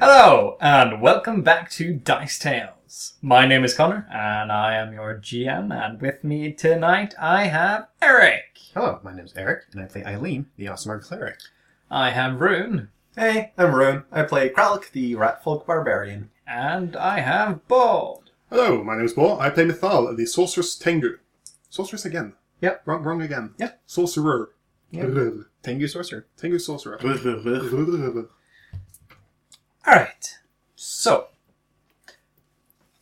Hello, and welcome back to Dice Tales. My name is Connor, and I am your GM, and with me tonight I have Eric. Hello, my name's Eric, and I play Eileen, the awesome Arc cleric. I have Rune, Hey, I'm Roan. I play Kralik, the Ratfolk Barbarian. and I have Bald. Hello, my name is Paul. I play Mithal, the sorceress Tengu. Sorceress again. Yep. Wrong, wrong again. Yep. Sorcerer. Tengu sorcerer. Tengu sorcerer. All right, so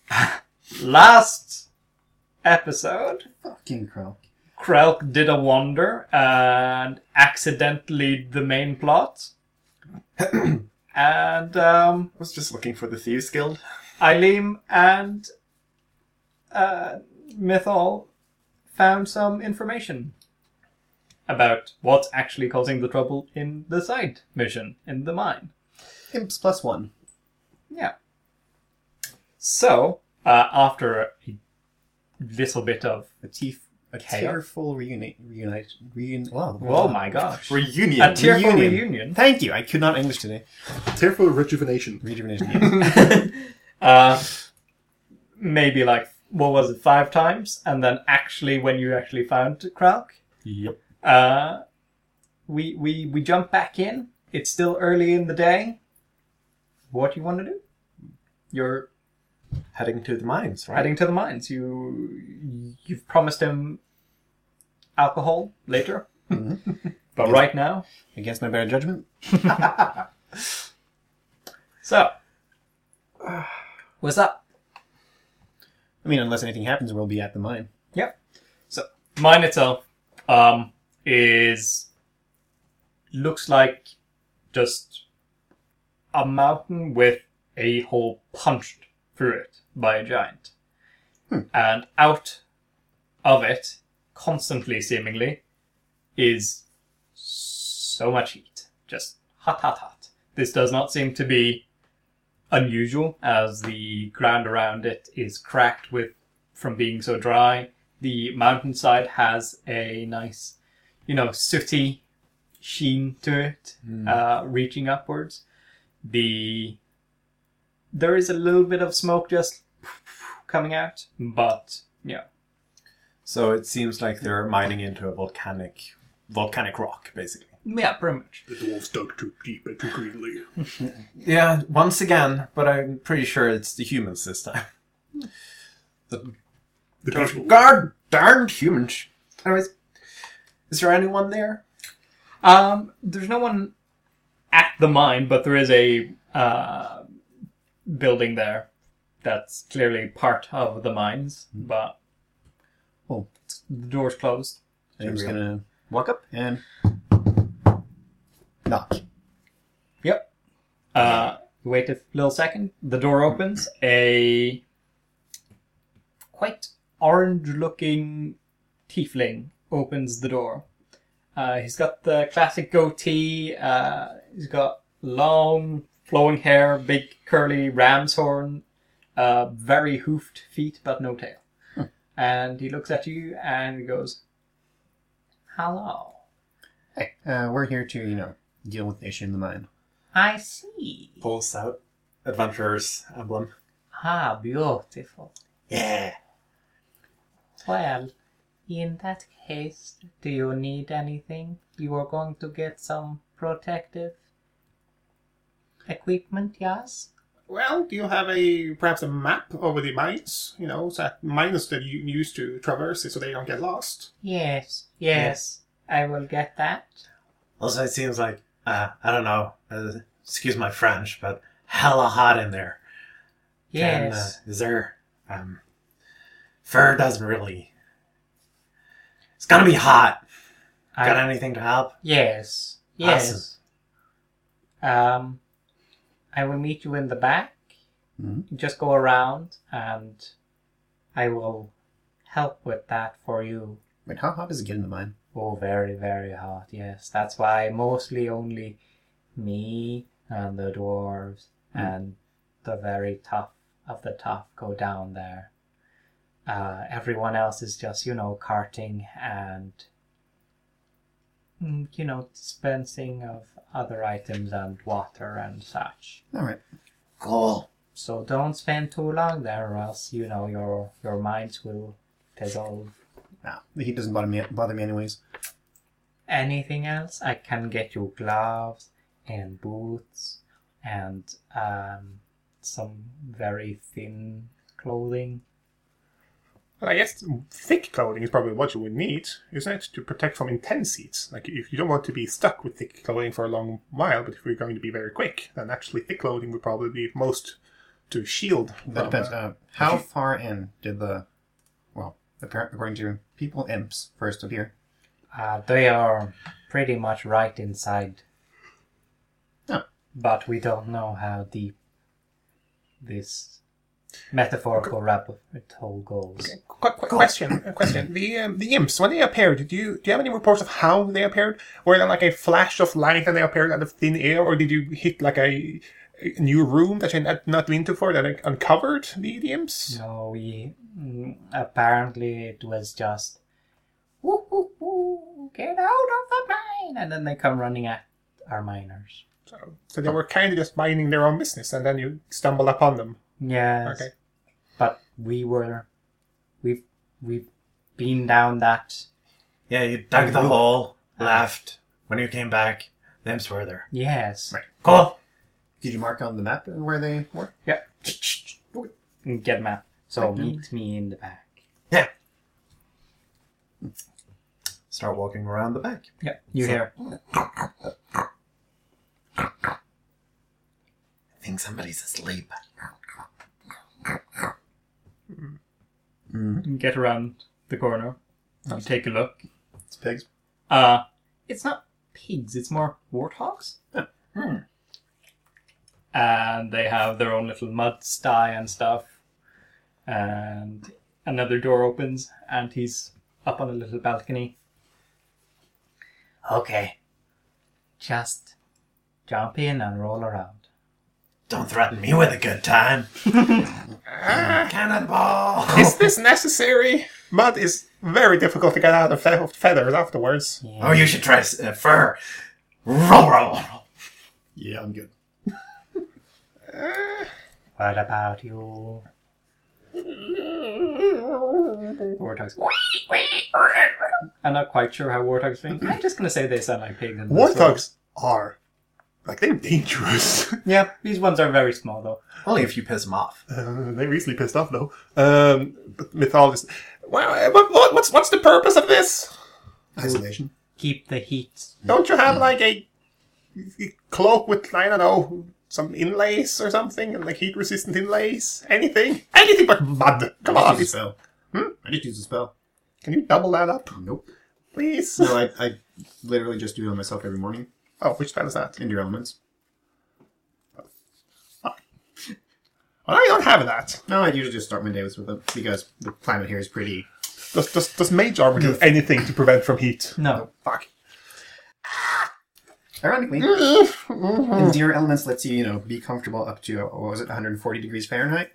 last episode Fucking crow. Krelk did a wander and accidentally the main plot. and um, I was just looking for the Thieves Guild. Eileen and uh, Mythol found some information about what's actually causing the trouble in the side mission in the mine. Imps plus one. Yeah. So, uh, after a little bit of. A teeth. A Chaos. tearful reunite. Reunite. Reun. Whoa. Oh my gosh. Reunion. A tearful Reunion. reunion. Thank you. I could not English today. Tearful rejuvenation. Rejuvenation. yes. uh, maybe like what was it five times and then actually when you actually found Krauk yep. uh, we we we jump back in it's still early in the day what do you want to do you're Heading to the mines, right? heading to the mines you you've promised him alcohol later but right now Against my better judgment. so what's up I mean, unless anything happens, we'll be at the mine. Yep. So mine itself um, is looks like just a mountain with a hole punched through it by a giant, and out of it, constantly seemingly, is so much heat. Just hot, hot, hot. This does not seem to be unusual, as the ground around it is cracked with from being so dry. The mountainside has a nice, you know, sooty sheen to it, uh, reaching upwards. The there is a little bit of smoke just coming out, but yeah, So it seems like they're mining into a volcanic volcanic rock, basically. yeah, pretty much. The dwarves dug too deep and too greenly. Yeah, once again, but I'm pretty sure it's the humans this time. The people. God darned humans. Anyways, is there anyone there? Um, there's no one at the mine, but there is a uh, building there that's clearly part of the mines, but Oh. the door's closed. I'm just Unreal. gonna Walk up. and knock. Yep. Uh, you wait a little second. The door opens. A quite orange-looking tiefling opens the door. Uh, he's got the classic goatee. Uh, he's got long, flowing hair, big curly ram's horn, uh, very hoofed feet, but no tail. And he looks at you and he goes, "Hello." Hey, uh, we're here to you know deal with the issue in the mine. I see. Pulls out adventurer's emblem. Ah, beautiful. Yeah. Well, in that case, do you need anything? You are going to get some protective equipment, yes? Well, do you have a perhaps a map over the mines? You know, so that mines that you use to traverse it so they don't get lost. Yes, yes, I will get that. Also, it seems like uh, I don't know. Uh, excuse my French, but hella hot in there. And, uh, Yes. is there? Um, fur doesn't really. It's gonna be hot. Got I, anything to help? yes, yes. Um, I will meet you in the back. Mhm. Just go around and I will help with that for you. Wait, how hot does it get in the mine? Oh, very, very hot, yes. That's why mostly only me and the dwarves and the very tough of the tough go down there. Uh, everyone else is just, you know, carting and, mm, you know, dispensing of other items and water and such. All right. Cool. So don't spend too long there, or else you know your your minds will dissolve. Nah, the heat doesn't bother me, bother me anyways. Anything else? I can get you gloves and boots and um, some very thin clothing. Well, I guess thick clothing is probably what you would need, isn't it, to protect from intense heat? Like, if you don't want to be stuck with thick clothing for a long while, but if you're going to be very quick, then actually thick clothing would probably be most to shield. That from, depends. uh, Uh, how far in did the, well, apparent according to people, imps first appear? Uh, they are pretty much right inside. Oh. But we don't know how deep this metaphorical rabbit hole goes. Qu- qu- question, uh, question. The um, the imps when they appeared, do you do you have any reports of how they appeared? Were they like a flash of light and they appeared out of thin air, or did you hit like a, a new room that you had not been to for that like, uncovered the, the imps? No, we mm, apparently it was just woo woo woo, get out of the mine, and then they come running at our miners. So, so they were kind of just minding their own business, and then you stumbled upon them. Yes. Okay. But we were, we've we've been down that. Yeah, you dug the hole, Ah. left. When you came back, the imps were there. Yes. Cool. Did you mark on the map where they were? Get map. So meet me in the back. Start walking around the back. Yeah. You hear? I think somebody's asleep. Get around the corner. You take a look. It's pigs. Uh, it's not pigs, it's more warthogs. Hmm. And they have their own little mud sty and stuff. And another door opens, and he's up on a little balcony. Okay. Just jump in and roll around. Don't threaten me with a good time. Mm, Cannonball. Oh. Is this necessary? Mud Oh. is very difficult to get out of fe- of feathers afterwards. Oh, you should try s- uh, fur. Roll, roll, roll. Yeah, I'm good. What about you? Warthogs. I'm not quite sure how warthogs think. I'm just gonna say they sound like pigs. and that's what- Warthogs are like they're dangerous. Yeah, these ones are very small though. Only if you piss them off. Uh, they recently pissed off though. Um, but mythologist. Wow, what, what, what's what's the purpose of this? Isolation. Keep the heat. Don't you have like a, a cloak with I don't know some inlays or something, and like heat resistant inlays? Anything? Anything but mud. Come I on, just used a it's- spell. Hmm? I just used a spell. can you double that up, Nope. please? No, I, I literally just do it on myself every morning. Oh, which spell is that? Into your elements. Well, I don't have that. No, I usually just start my days with it because the climate here is pretty. Does does, does mage armor do anything to prevent from heat? No. Fuck. Ironically, Endure Elements lets you, you know, be comfortable up to, what was it, 140 degrees Fahrenheit?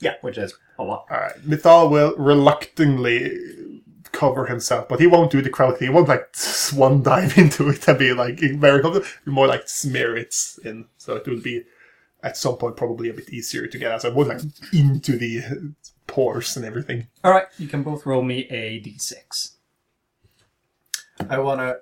Yeah, which is a lot. All right, Mithal will reluctantly cover himself, but he won't do the crowd thing. He won't like swan dive into it and be like very comfortable. He'll More like smear it in, so it would be at some point probably a bit easier to get out. So it won't like into the pores and everything. All right, you can both roll me a d6. I want to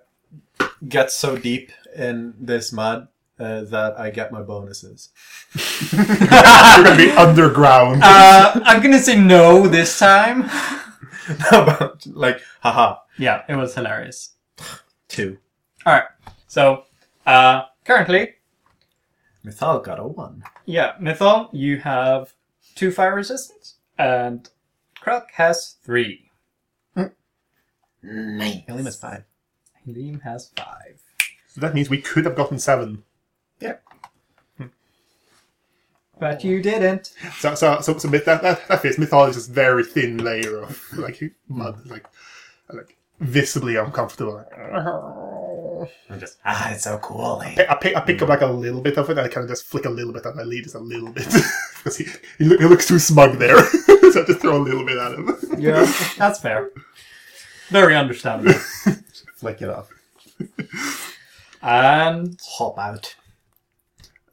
get so deep in this mud uh, that I get my bonuses. You're gonna be underground. Uh, I'm gonna say no this time. About, like, haha, Yeah, it was hilarious. two. All right, so uh, currently, Mithal got a one. yeah, Mythal, you have two fire resistance, and Kruk has three. Nice. Elements 5. Liam has five. so that means we could have gotten seven. But you didn't. So so so, so myth- that that that fits. Mithal is this very thin layer of like mud, like like visibly uncomfortable. I'm just, ah, it's so cool. eh? I- I pick, I pick up like a little bit of it. I kind of just flick a little bit, and I lead just a little bit because he, he, look, he looks too smug there. so I just throw a little bit at him. Yeah, that's fair. Very understandable. Flick it off. And Hop out.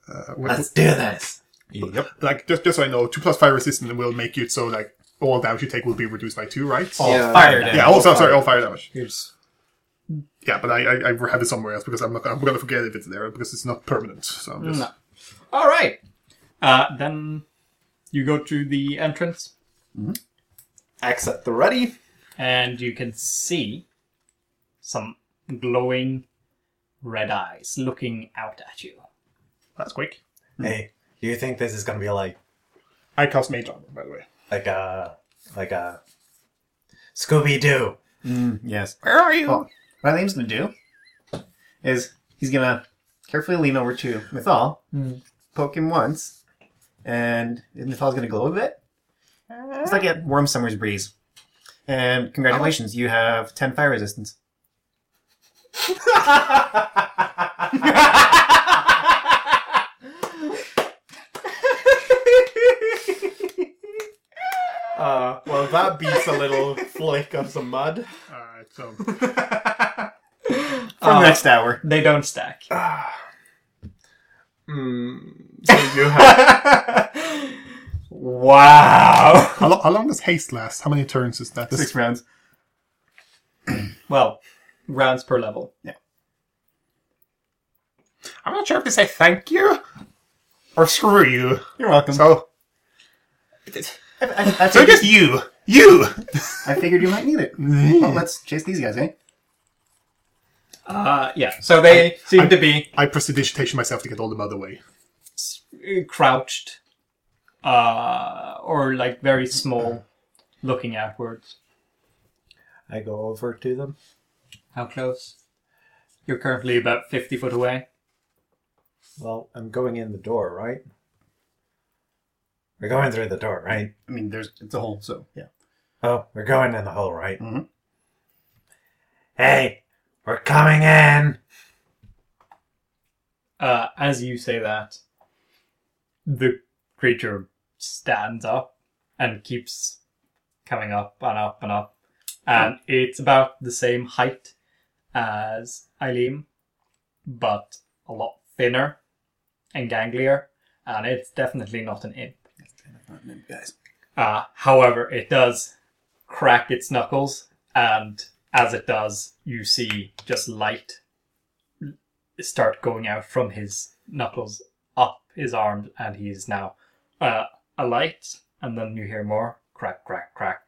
Uh, wh- Let's do this. Yep. like just just so I know, two plus fire resistant will make it so like all damage you take will be reduced by two, right? oh, yeah, fire yeah, damage. also sorry, all fire damage. Here's Yeah, but I, I I have it somewhere else because I'm not I'm gonna forget if it's there because it's not permanent. So I'm just No. All right. Uh, then you go to the entrance, Axe at the ready. and you can see some glowing red eyes looking out at you. that's quick. Hmm. Hey, do you think this is gonna be like I cast mage armor, by the way. like a like uh, a Scooby Doo? Mm, yes. Where are you? Well, what Liam's gonna do is he's gonna carefully lean over to Mithal, poke him once, and Mithal's gonna glow a bit. It's like a warm summer's breeze. And congratulations, you have ten fire resistance. Uh, Uh, well, that beats a little flake of some mud. Alright, so For Uh, the next hour. They don't stack. Mm, so you have Wow. how, lo- how long does haste last? How many turns is that? Six rounds. Well, rounds per level. I'm not sure if to say thank you or screw you. You're welcome. So I, I- I so figured, just you, you. I figured you might need it. Well, let's chase these guys, eh? Uh, yeah. So they seem to be I prestidigitation myself to get all the mud away. uh, crouched, uh, or like very small, looking outwards. I go over to them. How close? You're currently about fifty foot away. Well, I'm going in the door, right? We're going through the door, right? Hmm. I mean, there's it's a hole, so yeah. Oh, we're going in the hole, right? Mm-hmm. Mhm. Hey, we're coming in. Uh, as you say that, the creature stands up and keeps coming up and up and up, and it's about the same height as Eileen, but a lot thinner and ganglier, and it's definitely not an imp. Guys. Uh, however, it does crack its knuckles, and as it does, you see just light start going out from his knuckles up his arm, and he is now uh, alight. And then you hear more crack, crack, crack,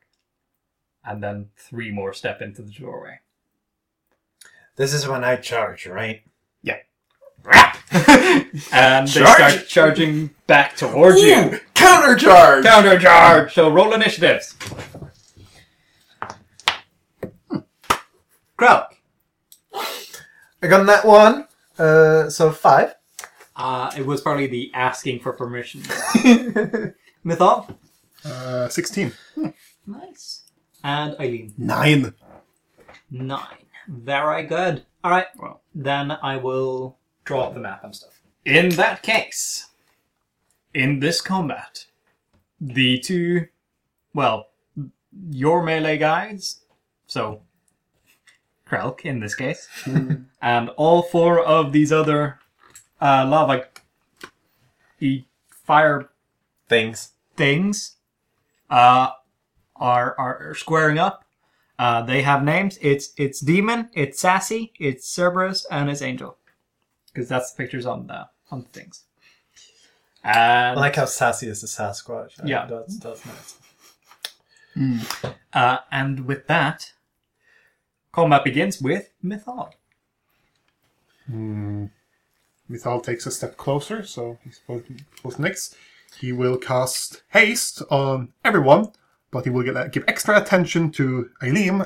and then three more step into the doorway. This is when I charge, right? And they Charge! start charging back towards you. counter charge. Counter charge! So roll initiatives. Krauk. I got that one. Uh, so five. Uh, it was probably the asking for permission. Mythol. Uh, Sixteen. Nice. And Eileen. Nine. Nine. Very good. All right. Wow. Then I will draw up the map and stuff. In that case, in this combat, the two, well, your melee guys, so Krelk in this case, and all four of these other uh, lava e- fire Things. things uh, are are squaring up. Uh, they have names. It's it's demon. It's sassy. It's Cerberus and it's angel, because that's the pictures on the on the things. I And like how sassy is the Sasquatch. I- Yeah. that's that's nice. uh, and with that, combat begins with Mythol. Mithal takes a step closer, so he's both, both next. He will cast haste on everyone, but he will get uh, give extra attention to Eileen.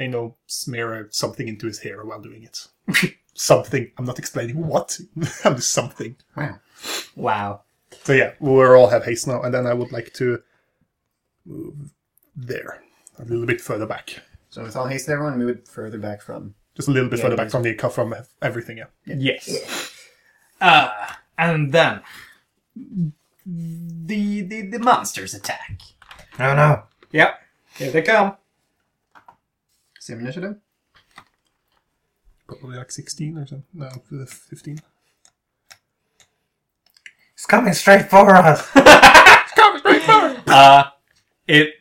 I know smear out something into his hair while doing it. something. I'm not explaining what. I'm just something. Wow. Wow. So yeah, we're all have haste now, and then I would like to move there a little bit further back, So with all haste, everyone moved further back from. just a little bit Yeah, further yeah. back from the co- from everything. Yeah. Yes. Uh, and then the, the the monsters attack. Oh no. Yep. Here they come. Same initiative. Probably like 16 or something. No, 15. coming straight for us. Uh, it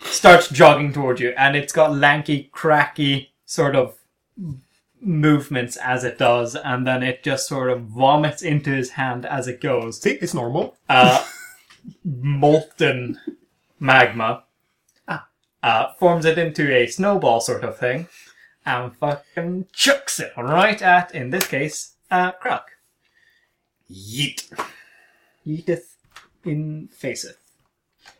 starts jogging towards you, and it's got lanky, cracky sort of movements as it does, and then it just sort of vomits into his hand as it goes. See, it's normal. uh, molten magma, uh, forms it into a snowball sort of thing, and fucking chucks it right at, in this case, uh, Croc. Yeet. Yeeteth in faceth.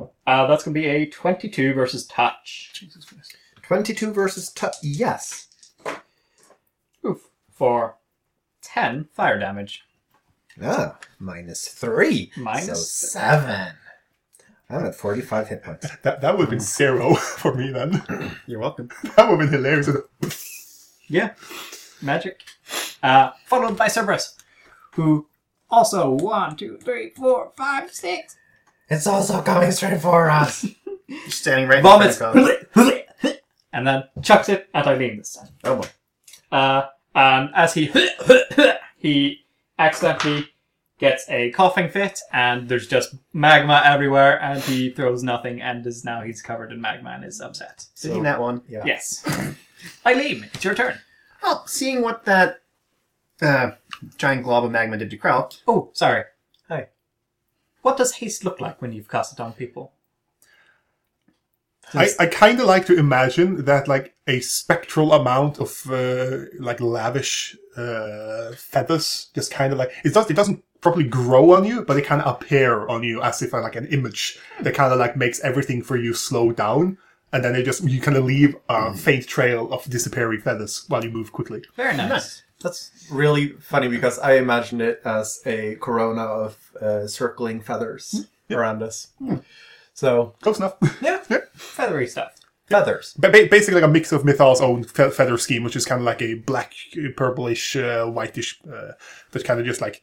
Uh, that's going to be a 22 versus touch 22 versus tu- Yes. Oof. for 10 fire damage. Ah, minus three. Minus so six. seven. I'm at 45 hit points. That, that would have been zero for me then. You're welcome. That would have been hilarious. Yeah, magic. Uh, followed by Cerberus, who also one, two, three, four, five, six. It's also coming straight for us. You're standing right vomits, in front of us. and then chucks it at Eileen this time. Oh boy. Uh, and as he he accidentally gets a coughing fit, and there's just magma everywhere, and he throws nothing, and is now he's covered in magma and is upset. Seeing that one. Yes, Eileen, it's your turn. Well, seeing what that uh, giant glob of magma did to Kraut, Oh, sorry. Hi. What does haste look like when you've cast it on people? I, I kind of like to imagine that like a spectral amount of uh, like lavish uh, feathers just kind of like it does it doesn't properly grow on you, but they kind of appear on you as if uh, like an image that kind of like makes everything for you slow down, and then they just you kind of leave a Hmm. faint trail of disappearing feathers while you move quickly. Very nice. That's really funny because I imagined it as a corona of uh, circling Hmm. feathers around us. So Close enough. yeah, Feathery stuff. feathers. Ba- ba- basically, like a mix of Mythal's own fe- feather scheme, which is kind of like a black, uh, purplish, uh, whitish, uh, that kind of just like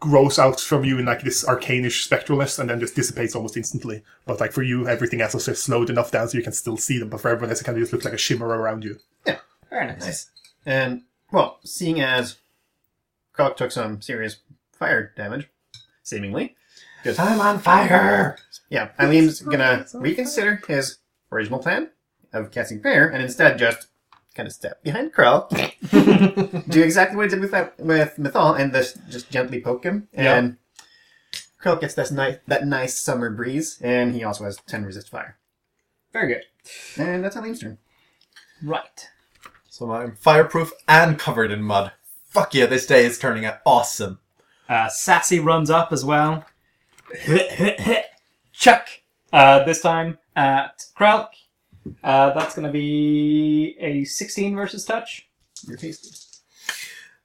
grows out from you in like this arcanish spectralness and then just dissipates almost instantly. But like for you, everything else is just slowed enough down so you can still see them. But for everyone else, it kind of just looks like a shimmer around you. Very nice. and well, seeing as Kraut took some serious fire damage, seemingly, I'm on fire. yeah, Eileen's gonna reconsider his original plan of casting fire and instead just kind of step behind Kraut, do exactly what he did with that, with Mythal, and this, just gently poke him. Yeah. And Kraut gets this nice that nice summer breeze, and he also has ten resist fire. Very good. And that's Eileen's turn. Right. So I'm fireproof and covered in mud. Fuck yeah, this day is turning out awesome. Uh, Sassy runs up as well. Chuck. Uh, this time at Kralk. Uh, that's going to be a 16 versus touch. Your taste.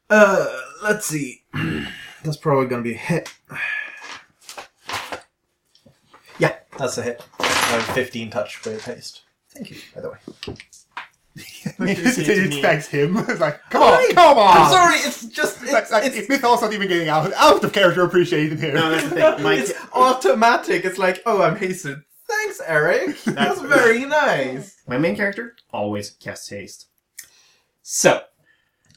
Uh, let's see. That's probably gonna be a hit. Yeah, that's a hit. I have 15 touch with haste. it's, it thanks him. It's like, come on, come on! I'm sorry, it's just Like, it's, like, it's, Mythal's not even getting out, out of character appreciated here. No, that's the thing. My, it's automatic. It's like, oh, I'm hasted. Thanks, Eric. That's very nice. my main character always casts haste. So,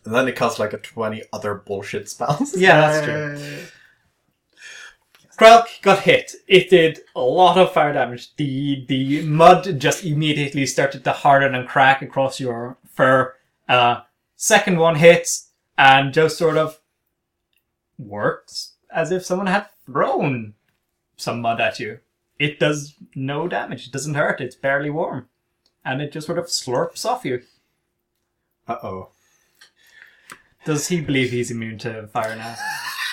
And then it costs like a 20 other bullshit spells. yeah, that's true. Uh, Kralk got hit. It did a lot of fire damage. The the mud just immediately started to harden and crack across your fur. Uh, second one hits and just sort of works as if someone had thrown some mud at you. It does no damage. It doesn't hurt. It's barely warm, and it just sort of slurps off you. Uh oh. Does he believe he's immune to fire now?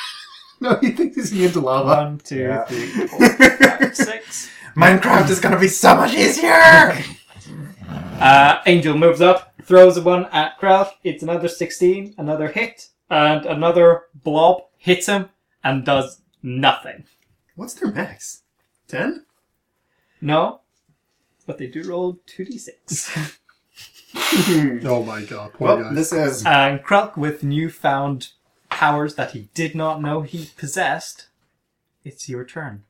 no, he thinks he's into lava. Uh, One, two, Yeah. three, four, five, six. Minecraft is gonna be so much easier. Uh, Angel moves up, throws one at Kraut. It's another 16, another hit, and another blob hits him and does nothing. What's their max? Ten? No? But they do roll 2d6. Oh my god, poor Well, guy. this is and Kraut, with newfound powers that he did not know he possessed, it's your turn.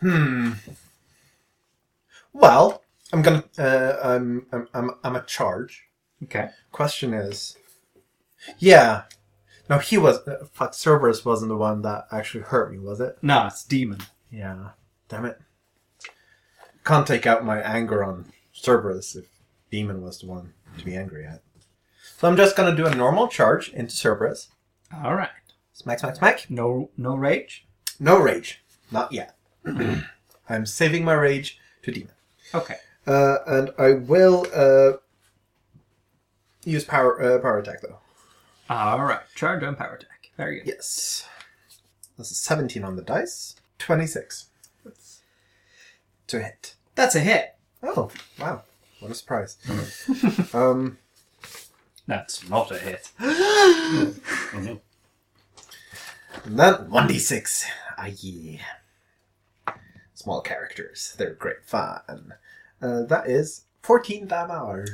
Hmm. Well, I'm gonna. Uh, I'm, I'm. I'm. I'm a charge. Okay. Question is, yeah, No, he was. Uh, fuck, Cerberus wasn't the one that actually hurt me, was it? No, it's demon. Yeah. Damn it. Can't take out my anger on Cerberus if Demon was the one to be angry at. So I'm just gonna do a normal charge into Cerberus. All right. Smack, smack, smack. No, no rage. No rage. Not yet. I'm saving my rage to Demon. Okay. Uh, and I will uh, use power uh, power attack though. All right. Charge on power attack. Very good. Yes. That's a 17 on the dice. 26. To hit. That's a hit. Oh, wow. What a surprise. um, That's not a hit. and then 1d6. Aye. Small characters. They're great fun. Uh, that is 14 damage.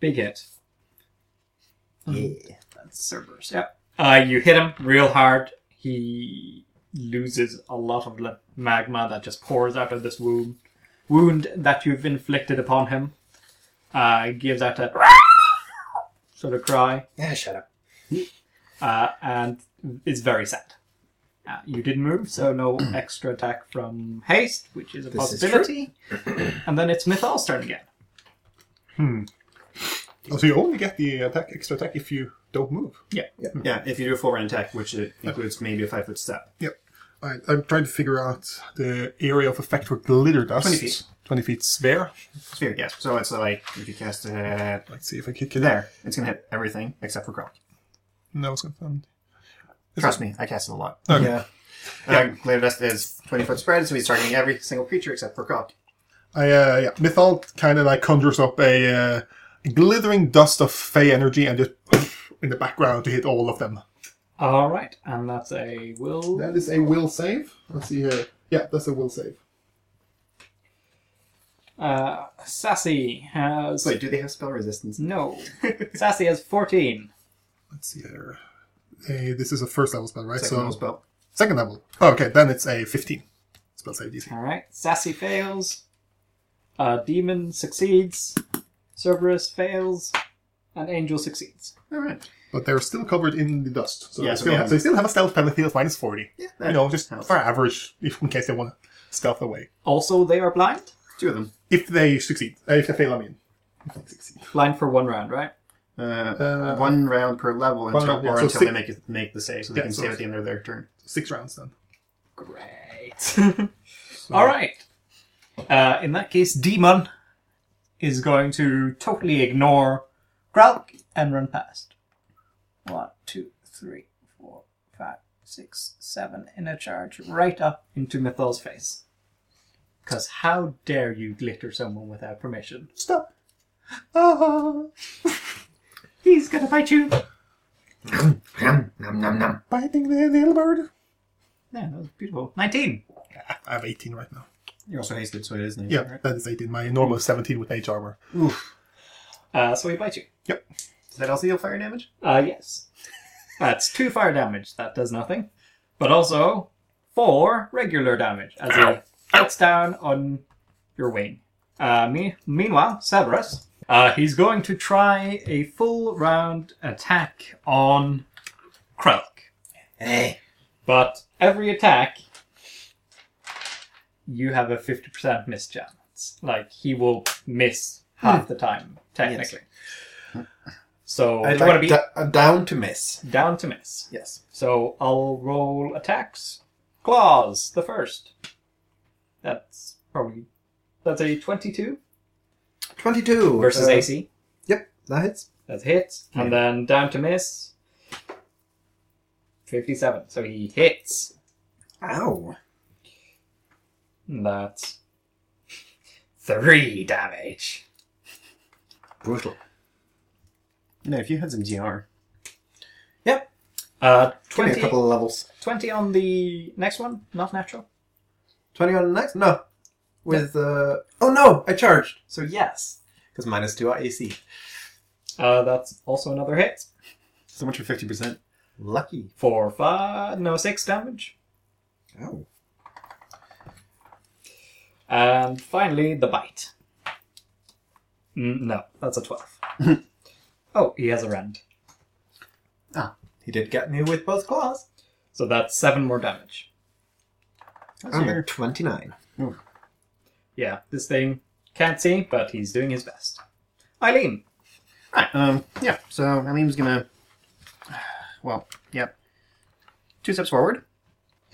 Big hit. Hmm. Yeah. That's Cerberus. Yep. Uh, you hit him real hard. He loses a lot of the magma that just pours out of this wound. Wound that you've inflicted upon him. Uh, gives out a sort of cry. Yeah, shut up. uh, and is very sad. Uh, you didn't move, so no extra attack from haste, which is a This is possibility. and then it's Mythal's turn again. Oh, so you only get the attack, extra attack, if you don't move. Yeah, if you do a full round attack, which it includes maybe a five foot step. I, I'm trying to figure out the area of effect for glitter dust. 20 feet. 20 feet sphere. Sphere, yes. So it's like if you cast it Let's see if I can get that. there, it's gonna hit everything except for Gronk. No, it's confirmed. Trust me, I cast it a lot. Okay. Yeah. Uh, Glitter Dust is twenty foot spread, so he's targeting every single creature except for Gronk. I, uh, yeah, Mythal kind of like conjures up a uh, glittering dust of fey energy and just in the background to hit all of them. All right, and that's a will. That is a will save. Let's see here. Yeah, that's a will save. Uh, Sassy has Wait, do they have spell resistance? no. Sassy has fourteen. Let's see here. Uh, this is a first level spell, right? Second so level spell. second level. Oh, okay, then it's a 15 spell save DC. All right, Sassy fails. Uh, Demon succeeds. Cerberus fails, and Angel succeeds. All right. But they're still covered in the dust. So, Yeah, they, so still they have, have- so they still have a stealth penalty of minus 40. Yeah, that You know, just helps. for average, if, in case they want to stealth away. Also, they are blind. Two of them. If they succeed. Uh, if they fail, I mean. If they succeed. Blind for one round, right? Uh, Uh, one round per level until, round, yeah, or so until six- they make it, make the save, so they Yeah, can so save it's- at the end of their turn. Six rounds then. Great. All right. Uh, in that case, Demon is going to totally ignore Gralk and run past. One, two, three, four, five, six, seven. In a charge, right up into Mythol's face. Because how dare you glitter someone without permission? Ah. Stop. He's gonna bite you. Yeah, Nom, nom, nom, nom. Biting the little bird. that was beautiful. Nineteen. I have 18 right now. You're also hasted, so it is Yeah, that is 18. My normal is 17 with mage armor. Uh, so he bites you. Does that also deal fire damage? Uh, yes. That's two fire damage. That does nothing. But also four regular damage as he cuts down on your wing. Uh, me- meanwhile, Severus, uh, he's going to try a full round attack on Krelk. Hey. But every attack, you have a 50% miss chance. Like, he will miss half the time, technically. So, I you want to like be da- I'm down to miss. down to miss. Yes. So I'll roll attacks. Claws, the first. That's probably that's a twenty-two 22. versus uh, AC. Yep, that hits. That's hits, and then down to miss. Fifty-seven. So he hits. Ow. And That's three damage. Brutal. No, if you had some GR. Yep. Uh, Give me a 20, couple of levels. 20 on the next one. Not natural. 20 on the next? No. With, uh. Oh no! I charged! So yes. Because minus 2 AC. Uh, that's also another hit So much for fifty percent. Lucky. for five. No, six damage. Oh. And finally, the bite. Mm, no, that's a 12. oh, he has a rend. He did get me with both claws. So that's seven more damage. I'm at 29. Yeah, this thing can't see, but he's doing his best. Eileen, Right. Um. Yeah. So Eileen's gonna. Well. Yep. Two steps forward.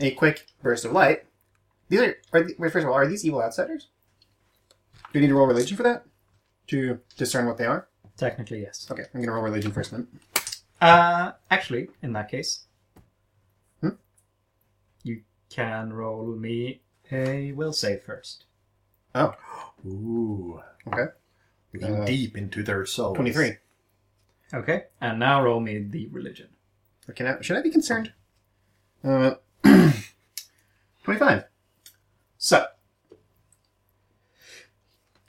A quick burst of light. These are. are the- wait. First of all, are these evil outsiders? Do you need to roll religion for that? To discern what they are. technically yes. Okay. I'm gonna roll religion first then. Uh, actually, in that case, Hmm? you can roll me a will save first. Ooh. Okay. Looking Uh, deep into their souls. Twenty-three. Okay, and now roll me the religion. Can I, should I be concerned? Uh. Twenty-five. So,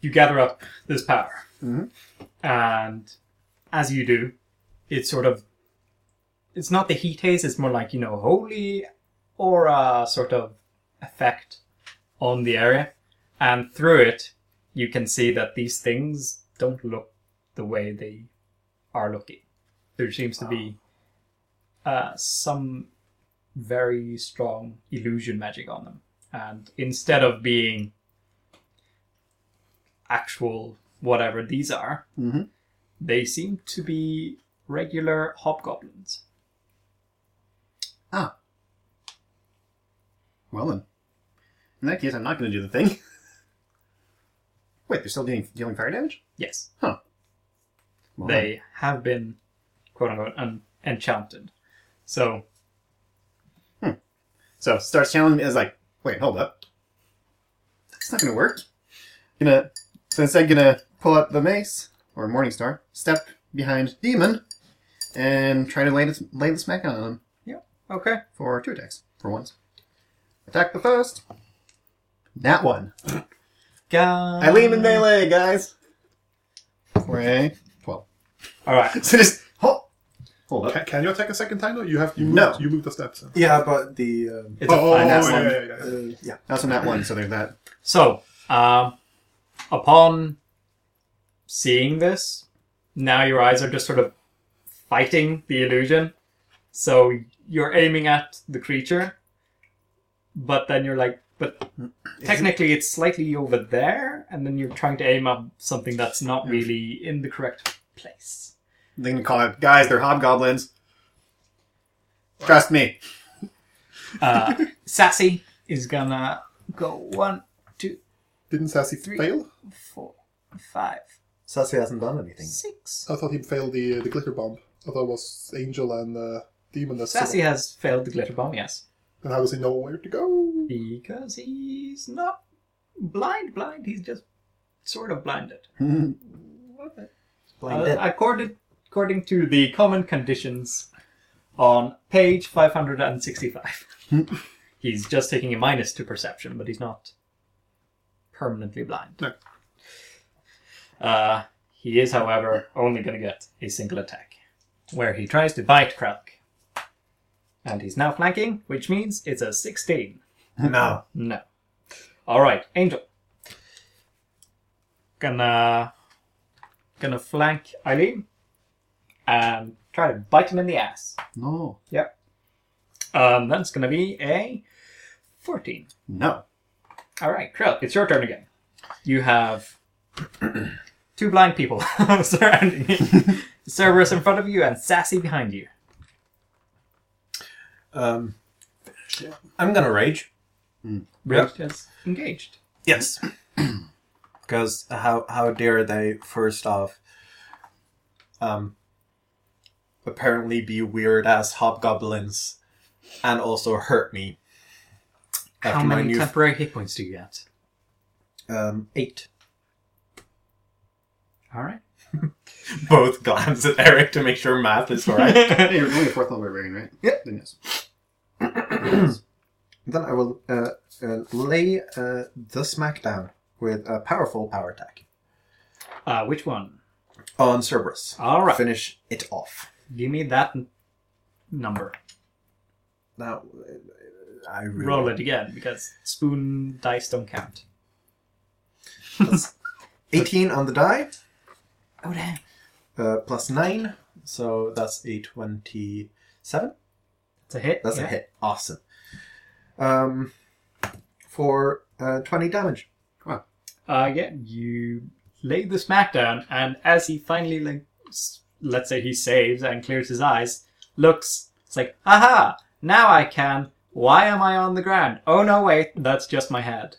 you gather up this power. Mhm. And as you do, it's sort of. It's not the heat haze, it's more like, you know, holy aura sort of effect on the area. And through it, you can see that these things don't look the way they are looking. There seems to be uh, some very strong illusion magic on them and instead of being actual whatever these are, Mm-hmm. Mhm. they seem to be regular hobgoblins. Ah. Well then. In that case, I'm not gonna do the thing. Wait, they're still dealing, dealing fire damage. Yes, Well, they have been quote unquote un- enchanted. So So starts challenging me. I was like, wait, hold up. It's not gonna work. Gonna so instead gonna pull out the mace or Morning Star, step behind demon, and try to lay this lay the smack on him okay, for two attacks for once. Attack the first. That one. guys. Eileen in melee, guys. For a twelve. All right, So just hold. Hold up. Can, can you attack a second time though? You have you moved, No. you moved a step. So. Yeah, but the. Um, it's a oh, fine yeah, ass that's yeah, one. yeah, yeah, yeah. uh, yeah. That's on that one. So there's that. So, um, upon seeing this, now your eyes are just sort of fighting the illusion. So you're aiming at the creature, but then you're like, but technically it's slightly over there, and then you're trying to aim at something that's not really in the correct place. They're gonna call it, guys. They're hobgoblins. Trust me. Uh, Sassy is gonna go one, two, Didn't Sassy Three. fail? four, five, Sassy hasn't done anything. Uh, six. I thought he'd fail the the glitter bomb. I thought it was Angel and uh, Demon. That's Sassy has failed the glitter bomb, yes. And how does he know where to go? Because he's not blind, blind. He's just sort of blinded. Blinded. Uh, according, according to the common conditions on page 565, he's just taking a minus to perception, but he's not permanently blind. No. Uh, he is, however, only going to get a single attack, where he tries to bite Kralk. And he's now flanking, which means it's a 16. No. No. All right, Angel. Gonna gonna flank Eileen and try to bite him in the ass. No. Um, that's gonna be a fourteen. No. All right, Krill, it's your turn again. You have two blind people surrounding you. Cerberus in front of you and Sassy behind you. Um, I'm going to rage. Rage is engaged. Yes. Because how how dare they first off um apparently be weird ass hobgoblins and also hurt me. How After my many new- temporary hit points do you get? um eight. All right. Both glance at Eric to make sure math is correct. Hey, you're only a fourth level barbarian, right? Yep. Then yes. then I will uh, uh, lay uh, the smack down with a powerful power attack Uh, which one? on Cerberus. All right. Finish it off. Give me that n- number. Now uh, I really Roll it again because spoon dice don't count. That's 18 on the die, Oh damn! uh, plus 9, So that's a 27. It's a hit. That's yeah. a hit. Awesome. Um, for uh, 20 damage. Uh, yeah, you lay the smack down, and as he finally, like, s- let's say he saves and clears his eyes, looks, it's like, aha, now I can. Why am I on the ground? Oh no, wait, that's just my head.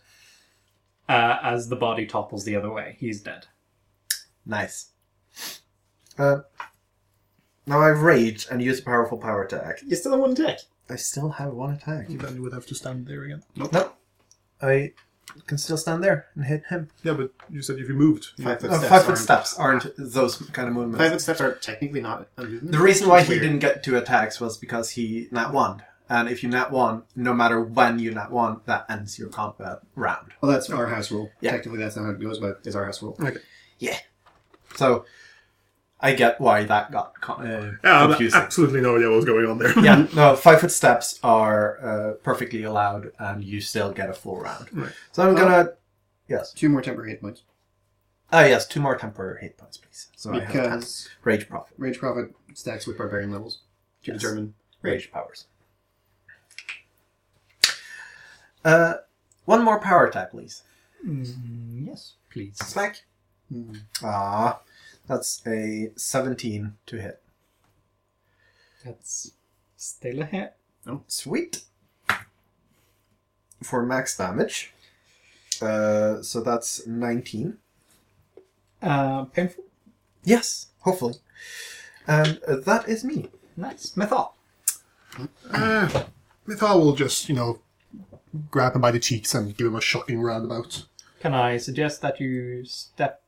Uh, as the body topples the other way, he's dead. Nice. Uh, now I rage and use a powerful power attack. You still have one attack. I still have one attack. Then you would have to stand there again. No, I can still stand there and hit him. Yeah, but you said if you moved. you- Five foot Oh, steps. five foot aren't- steps aren't those kind of movements. Five foot steps are technically not a movement. The reason why It's he weird. didn't get two attacks was because he nat one. And if you nat one, no matter when you nat one, that ends your combat round. Well, that's our house rule. Yeah. Technically, that's not how it goes, but it's our house rule. So I get why that got con- uh, Yeah, I have confusing. absolutely no idea what's going on there. yeah, no, five foot steps are uh, perfectly allowed, and you still get a full round. Right. So I'm gonna. Yes. Two more temporary hit points Ah, yes, two more temporary hit points, please. So I have ten. because Rage Profit. rage profit stacks with barbarian levels to Yes. determine Rage powers. Uh, one more power attack, please. Mm, yes, please. Smack. Ah, that's a 17 to hit. That's still a hit. Sweet. For max damage. Uh, so that's 19. Uh, painful. Yes, hopefully. And uh, that is me. Nice. Method. Uh, Mithal will just, you know, grab him by the cheeks and give him a shocking roundabout. Can I suggest that you step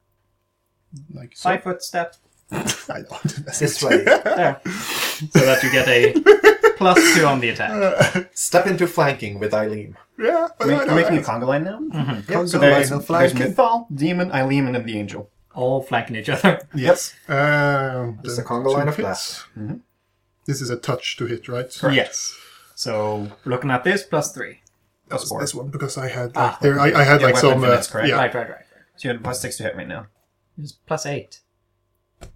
Like so. five foot step I know. That's This it. way. there, so that you get a plus two on the attack? Step into flanking with Eileen. yeah, I know, I Make, know, we're making a I- conga line now. Congo So there's, line of there's flanking. Mythal, Demon, Eileen, and the Angel. All flanking each other. Yes. Um, It's then a Congo two line of hits. glass. This is a touch to hit, right? Yes. So Looking at this, plus three. That's four. this one because I had like, Ah, there. I, I had Yeah, like weapon some. Uh, finesse, correct? yeah, Right, right, right. so you had plus six to hit right now. It's plus eight. I,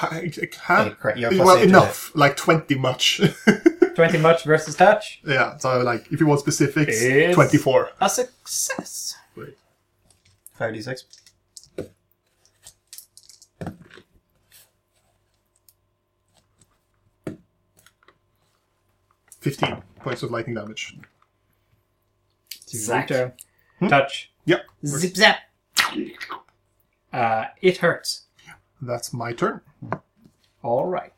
I had- Yeah, correct. You have plus well, eight to enough. Like twenty much. 20 much versus touch. yeah. So like, if you want specifics, It's- twenty-four. A success. Five d six. Fifteen points of lightning damage. Zach. Touch. Yep. Zip zap. Uh, it hurts. That's my turn. All right.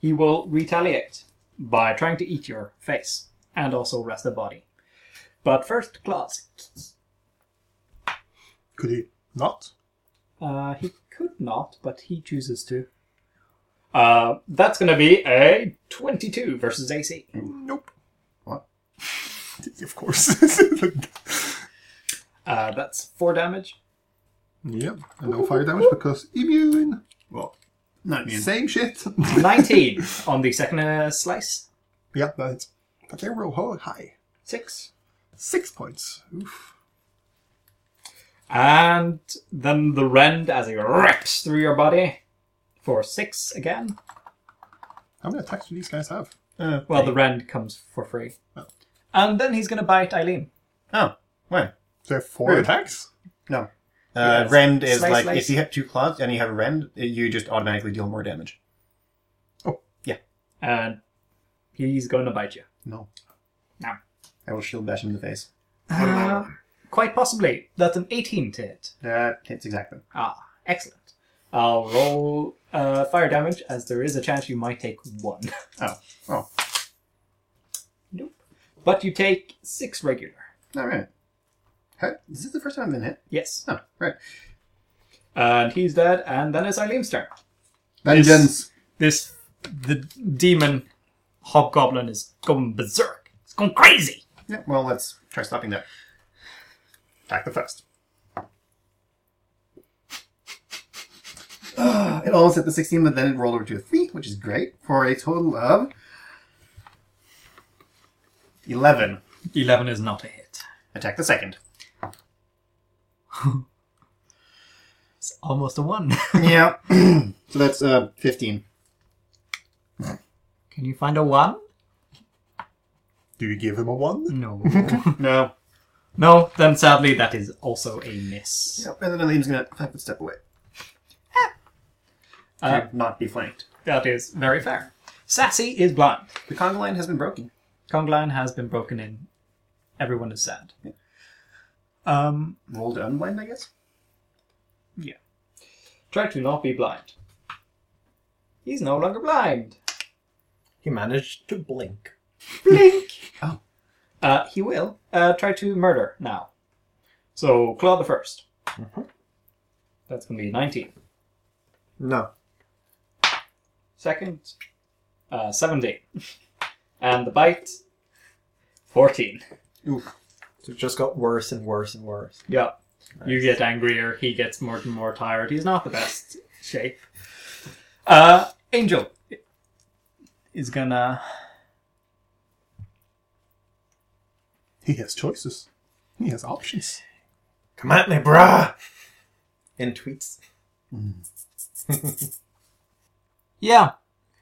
He will retaliate by trying to eat your face and also rest the body. But first, Claus. Could he not? Uh, he could not, but he chooses to. Uh, that's going to be a 22 versus AC. Nope. What? of course. Uh, that's 4 damage. yeah. And no fire damage because immune. Well, Not me. same shit. 19 on the second uh, slice. yeah, that's. But they roll ho- high. 6. Six points. Oof. And then the rend as it rips through your body for six again. How many attacks do these guys have? Uh, Well, the rend comes for free. Oh. And then he's going to bite Eileen. oh, when? They have four Hmm. attacks. No. Uh, Yeah, rend is slice, like slice. if you have two claws and you have a rend, you just automatically deal more damage. And he's going to bite you. No. No. I will shield bash him in the face. Uh, quite possibly. That's an 18 to hit. That hits exactly. Ah, excellent. I'll roll uh, fire damage as there is a chance you might take one. Oh. Oh. Nope. But you take six regular. All right. Huh? Is this the first time I've been hit? Yes. Oh, right. And he's dead, and then it's Eileen's turn. Vengeance. this the demon hobgoblin is going berserk. It's going crazy. Yeah, well, let's try stopping that. Attack the first. Uh, it almost hit the 16, but then it rolled over to a 3, which is great, for a total of 11. Eleven is not a hit. Attack the second. It's almost a one. yeah. so that's uh, 15. Can you find a one? Do you give him a one? No. No. no, then sadly that is also a miss. Yep, and then Alim's gonna five foot step away. Uh, To not be flanked. That is very fair. Sassy is blind. The conga line has been broken. Kong line has been broken in. Everyone is sad. Um, Roll to unblind, I guess. try to not be blind. He's no longer blind. He managed to blink. Blink. oh. Uh, he will uh, try to murder now. So claw the 1st That's gonna be nineteen. No. Second, uh, seventeen, and the bite, fourteen. So it just got worse and worse and worse. Yeah. You get angrier. He gets more and more tired. He's not the best shape. Uh, Angel is gonna. He has choices. He has options. Come at me, brah! In tweets. Yeah,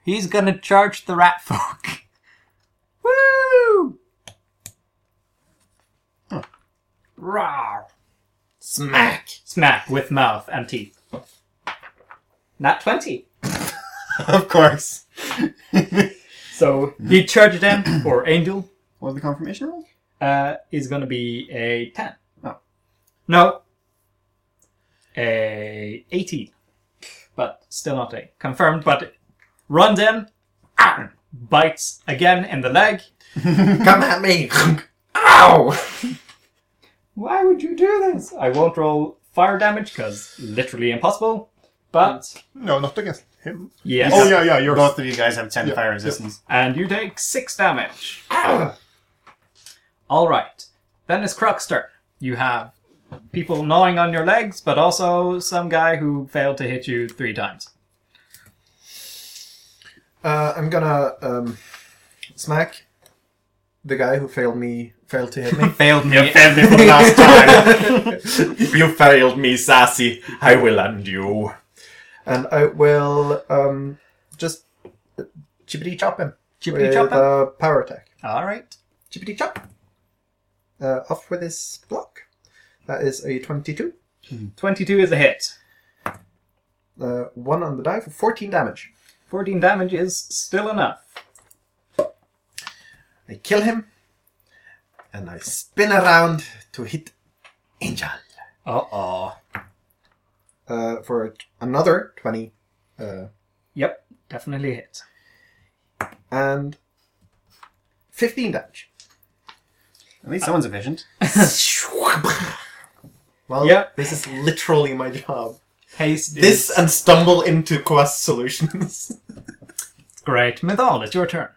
he's gonna charge the rat folk. Woo! Rawr! Smack! Smack with mouth and teeth. Not twenty. Of course. So he charges in, or Angel What was the confirmation roll? uh, is gonna be a ten. Oh. No. A eighteen, but still not a confirmed. But runs in, ah, bites again in the leg. Come at me! Ow! Why would you do this? I won't roll fire damage because literally impossible. But No, not against him. yes, Oh yeah, yeah, you're Both of you guys have 10 Yeah, fire resistance. and you take six damage. All right, then it's Crux turn. You have people gnawing on your legs, but also some guy who failed to hit you three times. Uh, I'm gonna um, smack the guy who failed me, failed to hit me. Failed me. last time. you failed me, sassy. I will end you. And I will um, just uh, chippity chop him. Chippity with chop him? a power attack. All right. Chippity chop. Uh, off with his block. That is a 22. Twenty-two is a hit. Uh, one on the die for 14 damage. Fourteen damage is still enough. I kill him, and I spin around to hit Angel Uh oh. uh, for another 20. Uh, Yep, definitely hit. and 15 damage. At least someone's efficient. Well, Yeah. this is literally my job. Haste. This is- and stumble into quest solutions. Great. Mythal, it's your turn.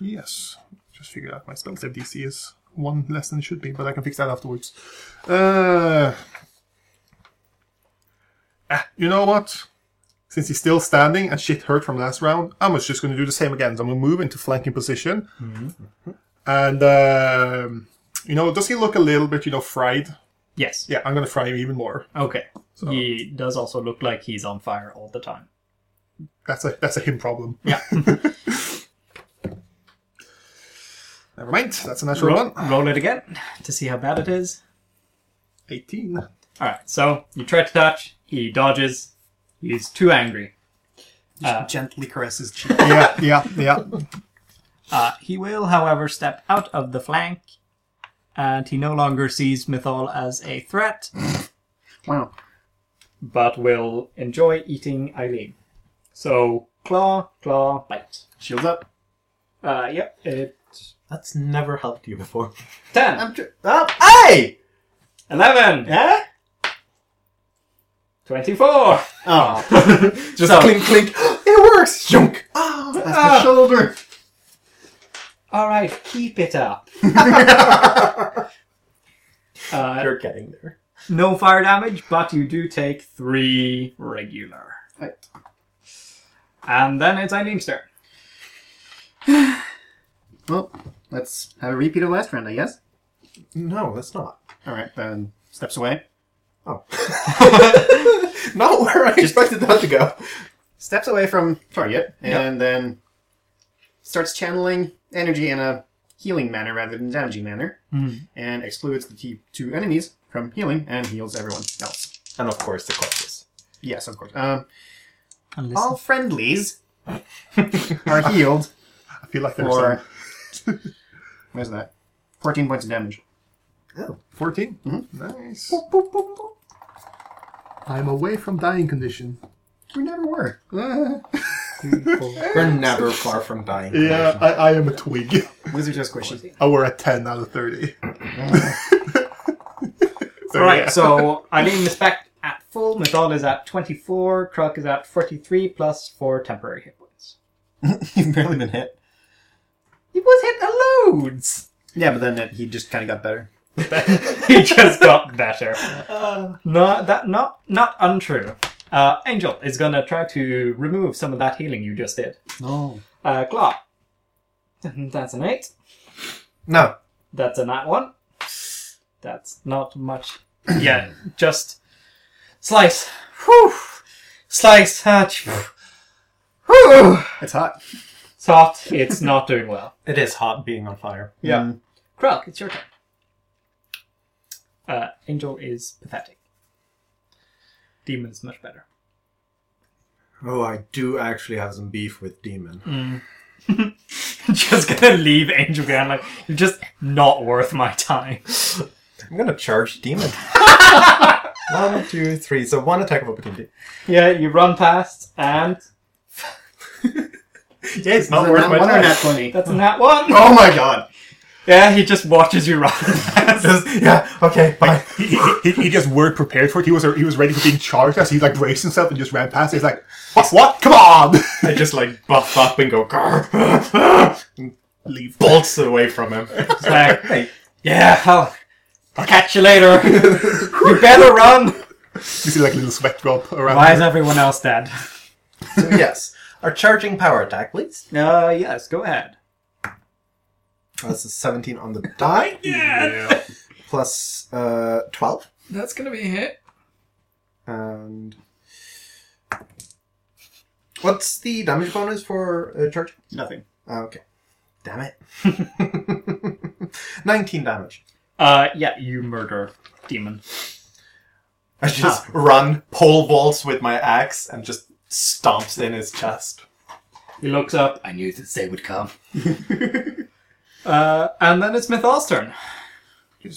Yes. Just figured out my spell save DC is one less than it should be, but I can fix that afterwards. Uh, ah, you know what? Since he's still standing and shit hurt from last round, I'm just going to do the same again. So I'm going to move into flanking position. Mm-hmm. And, um, you know, does he look a little bit, you know, fried? Yes. Yeah, I'm going to fry him even more. Okay. He does also look like he's on fire all the time. That's a that's a him problem. Yeah. Never mind. That's a natural Roll, one. roll it again to see how bad it is. 18. All right. So you try to touch. He dodges. He's too angry. Just gently caress his cheek. yeah, yeah, yeah. Uh, he will, however, step out of the flank, and he no longer sees Mythal as a threat, Wow. but will enjoy eating Eileen. So claw, claw, bite. Shields up. Uh, yep. It That's never helped you before. Um. ten, Oh, hey! eleven, Yeah? twenty-four. Oh, Just So- clink, clink. Ah, It works! Junk! that's the shoulder. Ah. All right, keep it up. uh, You're getting there. no fire damage, but you do take three regular. Right. And then it's Eileen's turn. Well, let's have a repeat of last round, I guess. No, that's not. All right, then steps away. Oh. not where I expected that to go. Steps away from target, and then starts channeling energy in a healing manner rather than damaging manner, and excludes the t- two enemies from healing and heals everyone else. And of course, the corpses. Yes, of course. Um, Unless all friendlies are healed I feel like there's for. some- Where's that? 14 points of damage. 14? Nice. I'm away from dying condition. We never were. We're never far from dying. Yeah, I, I am a twig. Wizards are squishy. I were at 10 out of 30. so, All right, yeah. so Eileen is back at full. Mithal is at 24. Kruk is at 43 plus 4 temporary hit points. You've barely been hit. He was hit a loads. Yeah, but then it, he just kind of got better. he just got better. Not that not not untrue. Uh, Angel is gonna try to remove some of that healing you just did. No. Uh, Claw. That's an eight. No. That's a nat one. That's not much. yeah, just slice. Whew. Slice. Ah, phew. Whew. It's hot. Soft. It's not doing well. It is hot being on fire. Yeah. Krug, it's your turn. Uh, Angel is pathetic. Demon's much better. Oh, I do actually have some beef with Demon. just gonna leave Angel behind. Like you're just not worth my time. I'm gonna charge Demon. one, two, three. So one attack of opportunity. Yeah, you run past, and Yeah, it's Is it nat one or nat 20? that's a nat one. Oh my god. Yeah, he just watches you run past. yeah. Okay. Bye. he, he- he, he just weren't prepared for it. He was he was ready for being charged as he like braced himself and just ran past. He's like, what? What? Come on! I just like buff up and go. and Leave. bolts away from him. It's like, Hey. yeah, I'll, I'll catch you later. you better run. You see like a little sweat drop around. Why is everyone else dead? So yes, our charging power attack, please. Uh, yes, go ahead. Oh, That's a 17 on the die. Yeah. Plus uh, 12. That's gonna be a hit. And what's the damage bonus for uh, charging? Nothing. Ah, okay. Damn it. 19 damage. Uh, yeah, you murder demon. I just run, pole vaults with my axe, and just stomps in his chest. He looks up. I knew this day would come. uh, and then it's Mythal's turn.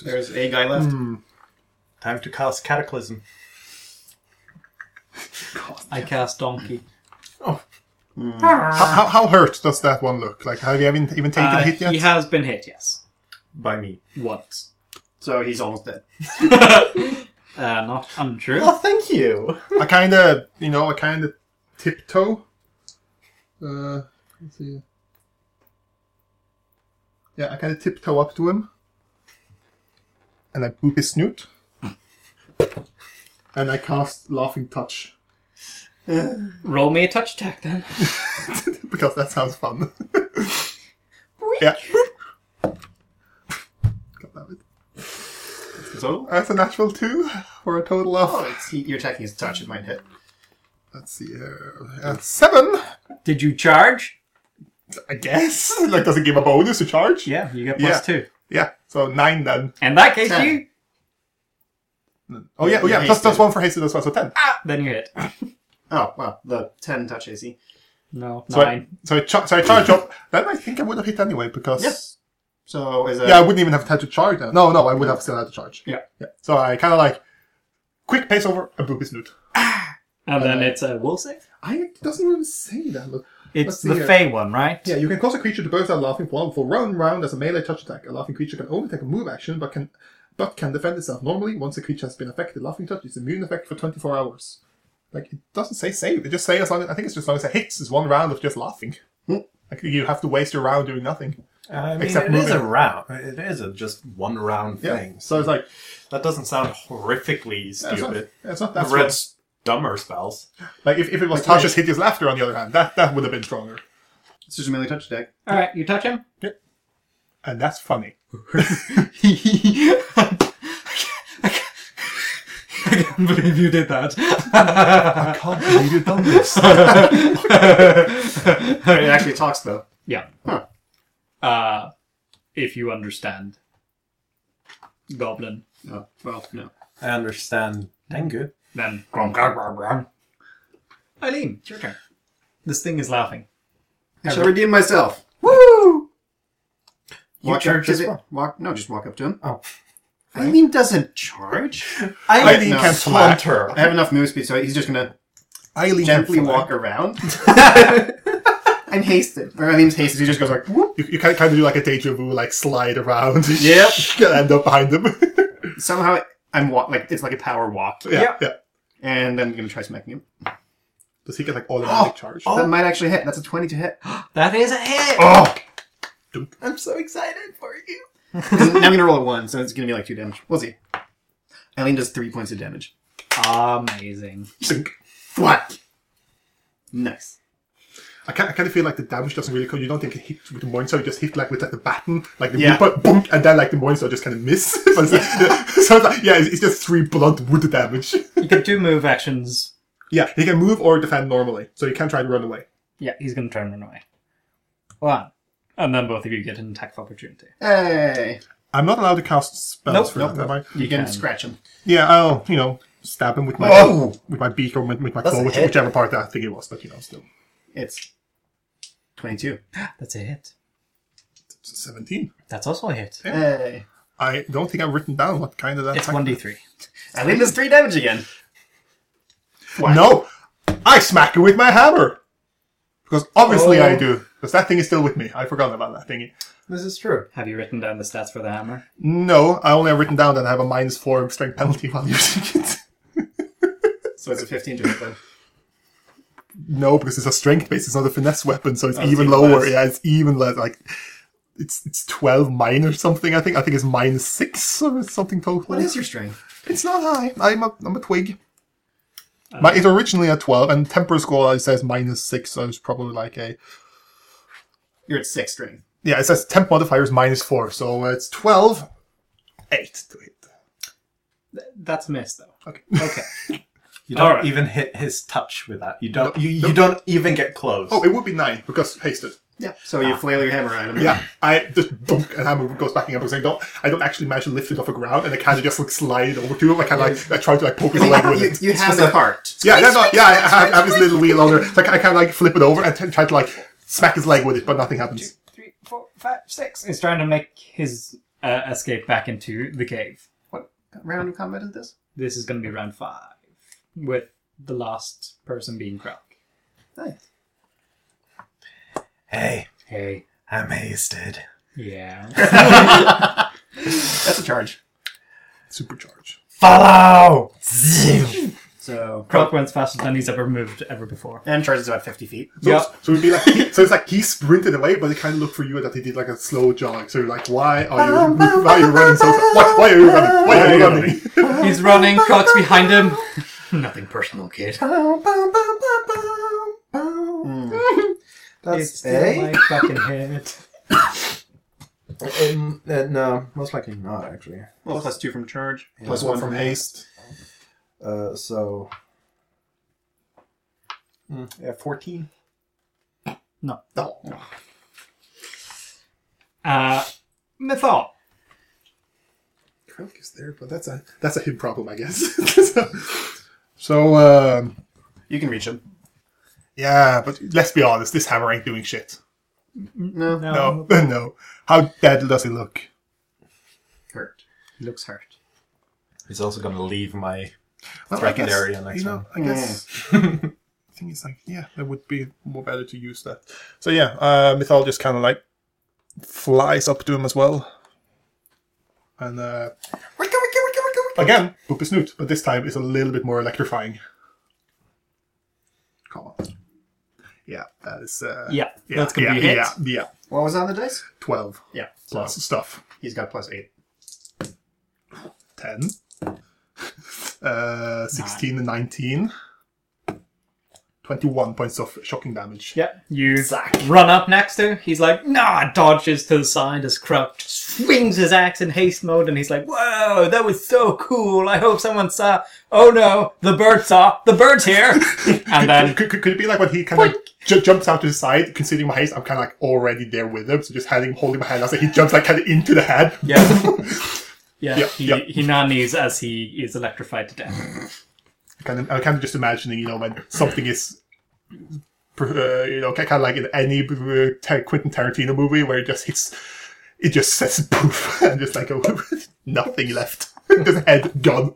There's a guy left. Time to cast Cataclysm. I cast Donkey. How, how, how hurt does that one look? Like, have you haven't even taken Uh, a hit yet? He has been hit, yes. By me. Once. So he's almost dead. uh, not untrue. Oh, thank you! I kind of, you know, I kind of tiptoe. Uh, let's see. Yeah, I kind of tiptoe up to him, and I poop his snoot, and I cast laughing touch Roll me a touch attack then. because that sounds fun. yeah. God damn it. So? That's a natural two for a total of Oh, it's, he, you're attacking his touch. It might hit. let's see, uh, uh, seven, Did you charge? I guess. Like, does it give a bonus to charge? Yeah, you get Yeah. plus two. Yeah, so nine then. In that case, Ten. you Oh yeah, oh, yeah. Yeah, Plus, hasted. plus one for hasted as well, so ten. ah, then you hit. Oh, wow. The 10 touch AC. No, So I, nine. so I, cha- so I charge up. Then I think I would have hit anyway because uh, Yes. So is that. yeah, I wouldn't even have had to charge then. No, no, I would have still had to charge. Yeah. yeah. So I kind of like quick pace over and boop his loot. And Uh, then it's a will save. I it doesn't even say that. Look. it's see the here. Fey one, right? Yeah, you can cause a creature to burst out laughing for one for one round as a melee touch attack. A laughing creature can only take a move action, but can but can defend itself normally once a creature has been affected. Laughing touch is immune effect for twenty four hours. Like it doesn't say save. It just say as long as I think it's just as long as it hits. It's one round of just laughing. Like you have to waste your round doing nothing. Uh, I mean, Except it is a moving. round. It is a just one round Yeah. thing. So it's like That doesn't sound horrifically yeah, it's not, stupid. yeah, it's not that Red strong. dumber spells. Like if, if it was Tasha's hideous laughter on the other hand, that that would have been stronger. It's just a melee touch attack. All right, you touch him. And that's funny. I can't believe you did that. I can't believe you've done this. It actually talks, though. Yeah. Huh. Uh, if you understand goblin, No, Oh, well, no. I understand. Dengu. then Grom, grom, grom, grom. Eileen, it's your turn. This thing is laughing. I shall redeem myself. Woo! Walk up charge to as the, well? walk. No, just walk up to him. Oh. Eileen doesn't charge. Eileen no. can slack. Hunter. I have enough move speed, so he's just gonna Eileen gently can slack. walk around. I'm hasted. Or Eileen's hasted. He just goes like, whoop. You, you can kind of do like a deja vu, like slide around. Yep. Gonna end up behind them. Somehow I'm walk like it's like a power walk, yeah, yeah. and then I'm gonna try smacking him. Does he get like automatic charge? Oh. That might actually hit. That's a twenty to hit. That is a hit. Oh, I'm so excited for you. now I'm gonna roll a one, so it's gonna be like two damage. We'll see. Eileen does three points of damage. Oh. Amazing. Think. What? Nice. I kind, I kind of feel like the damage doesn't really come. You don't think it hit with the Moinstar, you just hit like with like the baton, like the Yeah. boom, boom, and then like the Moinstar just kind of miss. so it's, yeah, so it's, like, yeah it's, it's just three blunt wood damage. You can do move actions. yeah, he can move or defend normally, so you can try to run away. Yeah, he's going to try and run away. One. And then both of you get an attack of opportunity. Hey, I'm not allowed to cast spells Nope, for nope, that, am I? you can scratch him. Yeah, I'll you know stab him with my Oh! Whoa! with my beak or with, with my That's claw, a which, hit. whichever part that I think it was. But you know, still It's twenty-two. That's a hit. It's a seventeen. That's also a hit. Hey, I don't think I've written down what kind of that. It's attack- 1d3. Eileen does three damage again. No, I smack him with my hammer because obviously Oh. I do. Because that thing is still with me. I forgot about that thingy. This is true. Have you written down the stats for the hammer? No, I only have written down that I have a minus four strength penalty while using it. So it's a fifteen to hit then. no, because it's a strength base. It's not a finesse weapon, so it's Oh, it's even even lower. less. Yeah, it's even less. Like it's it's twelve mine or something. I think I think it's minus six or something total. What is your strength? It's not high. I'm a I'm a twig. Uh, My, it's originally a twelve, and temper score it says minus six, so it's probably like a You're at six strength. yeah. It says temp modifier is minus four, so it's 12, 8 to hit. That's a miss, though. Okay. Okay. You don't Alright. even hit his touch with that. You don't. You, you don't even get close. Oh, it would be nine because hasted. Yeah. Ah. So you flail your hammer at him. Yeah, I just dunk and hammer goes backing up because I don't I don't actually manage to lift it off the ground, and I kind of just like slide over to him. I kind of like I try to like poke his leg with You, it. you have the heart. Yeah, yeah, no, yeah. I have, I have this little wheel on there, so I kind of like flip it over and t- try to like smack his leg with it, but nothing happens. Three, four, five, six. He's trying to make his uh, escape back into the cave. What round of combat is this? This is going to be round five, with the last person being Krauk. Nice. Hey, Hey. I'm hasted. Yeah. That's a charge. Supercharge. Follow. So Krauk runs faster than he's ever moved ever before. and charge is about fifty feet. So, Yeah. so it'd be like he, so it's like he sprinted away, but he kind of looked for you that he did like a slow jog. So you're like, why are you why are you running so fast? Why, why are you running? Why are you running? He's running, Krauk's behind him. Nothing personal, kid. That's still a. my fucking head. Um, uh, no, most likely not actually. Well, plus two from charge. Plus one from haste. Uh, so. Mm, yeah, fourteen. No. Uh, Mithal. Croak is there, but that's a that's a him problem, I guess. so, so, um, You can reach him. yeah, but let's be honest, this hammer ain't doing shit. No. No, no. How dead does he look? Hurt. He looks hurt. He's also gonna leave my. Well, Threatened I guess, area next you know, round. I guess. I think it's like, yeah, it would be more better to use that. So yeah, uh, Mithal just kind of like flies up to him as well, and uh, again, boop is snoot, but this time it's a little bit more electrifying. Come on. Yeah, that is. Uh, Yeah, that's gonna yeah, be a hit. Yeah, yeah, What was on the dice? twelve Yeah. plus stuff. He's got plus eight. 10, uh, 16, and 19, 21 points of shocking damage. Yeah, you run up next to. him. He's like, nah, dodges to the side as Kraut swings his axe in haste mode, and he's like, whoa, that was so cool. I hope someone saw. Oh no, the bird saw. The bird's here. and then could, could, could it be like when he kind of ju- jumps out to the side, considering my haste, I'm kind of like already there with him, so just having holding my hand out, so he jumps like kind of into the head. Yeah. Yeah, Yeah, he, yeah. he nannies as he is electrified to death. I kind of, I'm kind of just imagining, you know, when something is, uh, you know, kind of like in any uh, Tar- Quentin Tarantino movie where it just hits, it just says poof, and just like oh, nothing left, just head gone.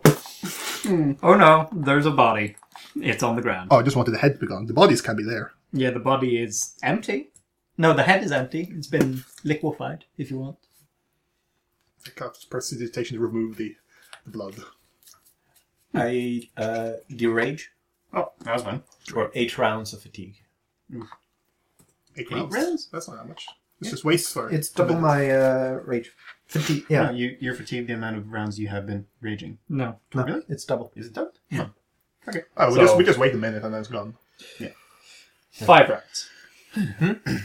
Oh no, there's a body. It's on the ground. Oh, I just wanted the head to be gone. The bodies can be there. Yeah, the body is empty. No, the head is empty. It's been liquefied, if you want. I can't press the digitation to remove the, the blood. I uh, derage Oh, that was fun. or eight rounds of fatigue. Eight, rounds. rounds? That's not that much. It's just waste for It's double my uh, rage. Fatigue. Yeah, Yeah, you, you're fatigued the amount of rounds you have been raging. No. Really? it's double. Is it done? Oh, we So- just we just wait a minute and then it's gone. Five rounds. Hmm.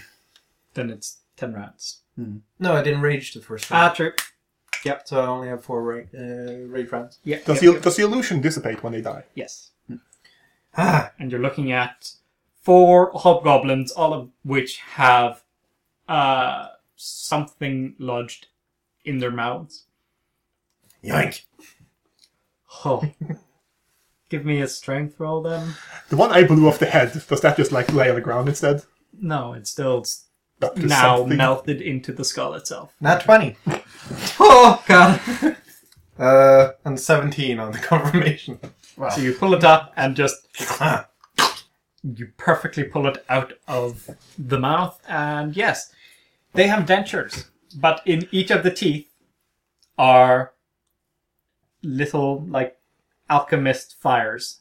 then it's ten rounds. No, I didn't rage the first round. Ah, true. yep. So I only have four ra- uh, rage rounds. Yeah. Does the does the illusion dissipate when they die? Yes. Ah, And you're looking at four hobgoblins, all of which have uh, something lodged in their mouths. yoink! Oh. Give me a strength roll then. The one I blew off the head. Does that just like lay on the ground instead? No, it's still s- That does now something? melted into the skull itself. Not twenty. oh god. uh, and seventeen on the confirmation. So you pull it up and just you perfectly pull it out of the mouth, and yes, they have dentures, but in each of the teeth are little like alchemist fires,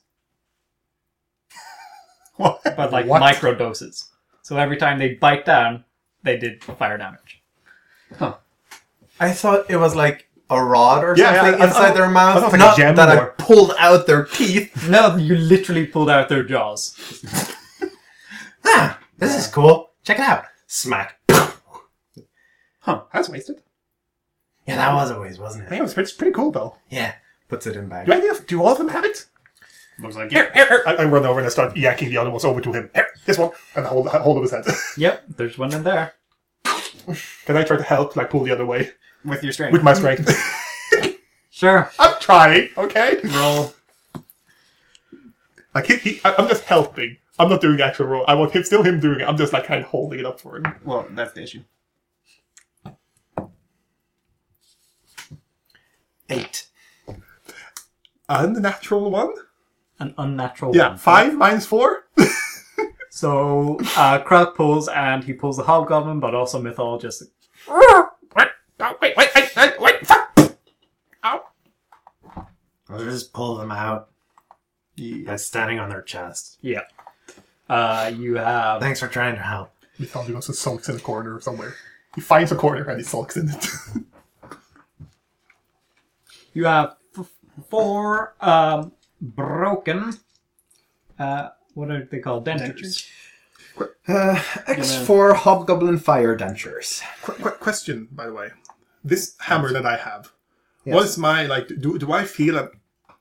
What? but like What? micro doses. So every time they bite down, they did fire damage. I thought it was like a rod or Yeah, something I- I- inside I- their I mouth. thought like a not gem that or- I pulled out their teeth. No, you literally pulled out their jaws. Ah, this is cool. Check it out. Smack. That's wasted. Yeah, that was a waste, wasn't I it? think it's pretty, it's pretty cool though. Yeah. Puts it in bag. Do any of do all of them have it? Looks like it. Here, here, here. I, I run over and I start yanking the other ones over to him. Here, this one, and I hold I hold up his head. Yep, there's one in there. Can I try to help, like pull the other way With your strength. with my strength? Sure. I'm trying, okay. Roll. Like he, he I, I'm just helping. I'm not doing the actual role. I want him still him doing it. I'm just like kind of holding it up for him. Well, that's the issue. Eight. Unnatural one. An unnatural Yeah, one. five minus four. So uh, Kraut pulls, and he pulls the hobgoblin, but also Mythol just What? Oh, wait, wait, wait, wait, wait. Fuck. I'll just pull them out. uh, That's standing on their chest. yeah. Uh, you have Thanks for trying to help. Mythology goes and sulks in a corner or somewhere. He finds a corner and he sulks in it. you have f- four um, broken. Uh, what are they called? Dentures. Uh, X4 Hobgoblin Fire Dentures. Qu- qu- question, by the way. This hammer that I have, what is my like? Do do I feel an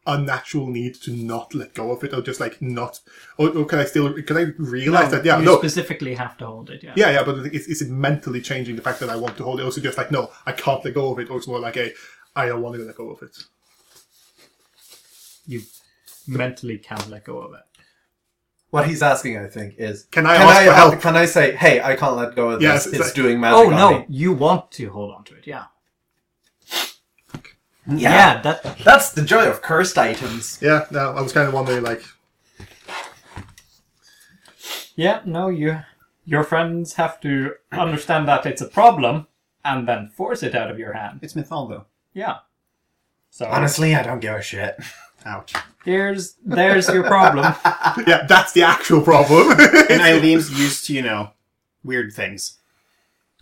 unnatural need to not let go of it, or just like not? Or, or can I still? Can I realize that? Yeah, you no. specifically have to hold it. Yeah. Yeah, yeah, but is, is it mentally changing the fact that I want to hold it? Also, just like no, I can't let go of it. Or it's more like a, I don't want to let go of it. You mentally can let go of it. What he's asking, I think, is Can I ask for help? Can I say, hey, I can't let go of Yes, this. it's It's, like- doing magic. Oh on no, me. you want to hold on to it. Yeah. Yeah. Yeah. That. That's the joy of cursed items. Yeah, no, I was kind of wondering like, Yeah. No, you. Your friends have to understand that it's a problem, and then force it out of your hand. It's Mythal, though. Yeah. So Honestly, I don't give a shit. Ouch. there's there's your problem. yeah, that's the actual problem. And Eileen's used to, you know, weird things.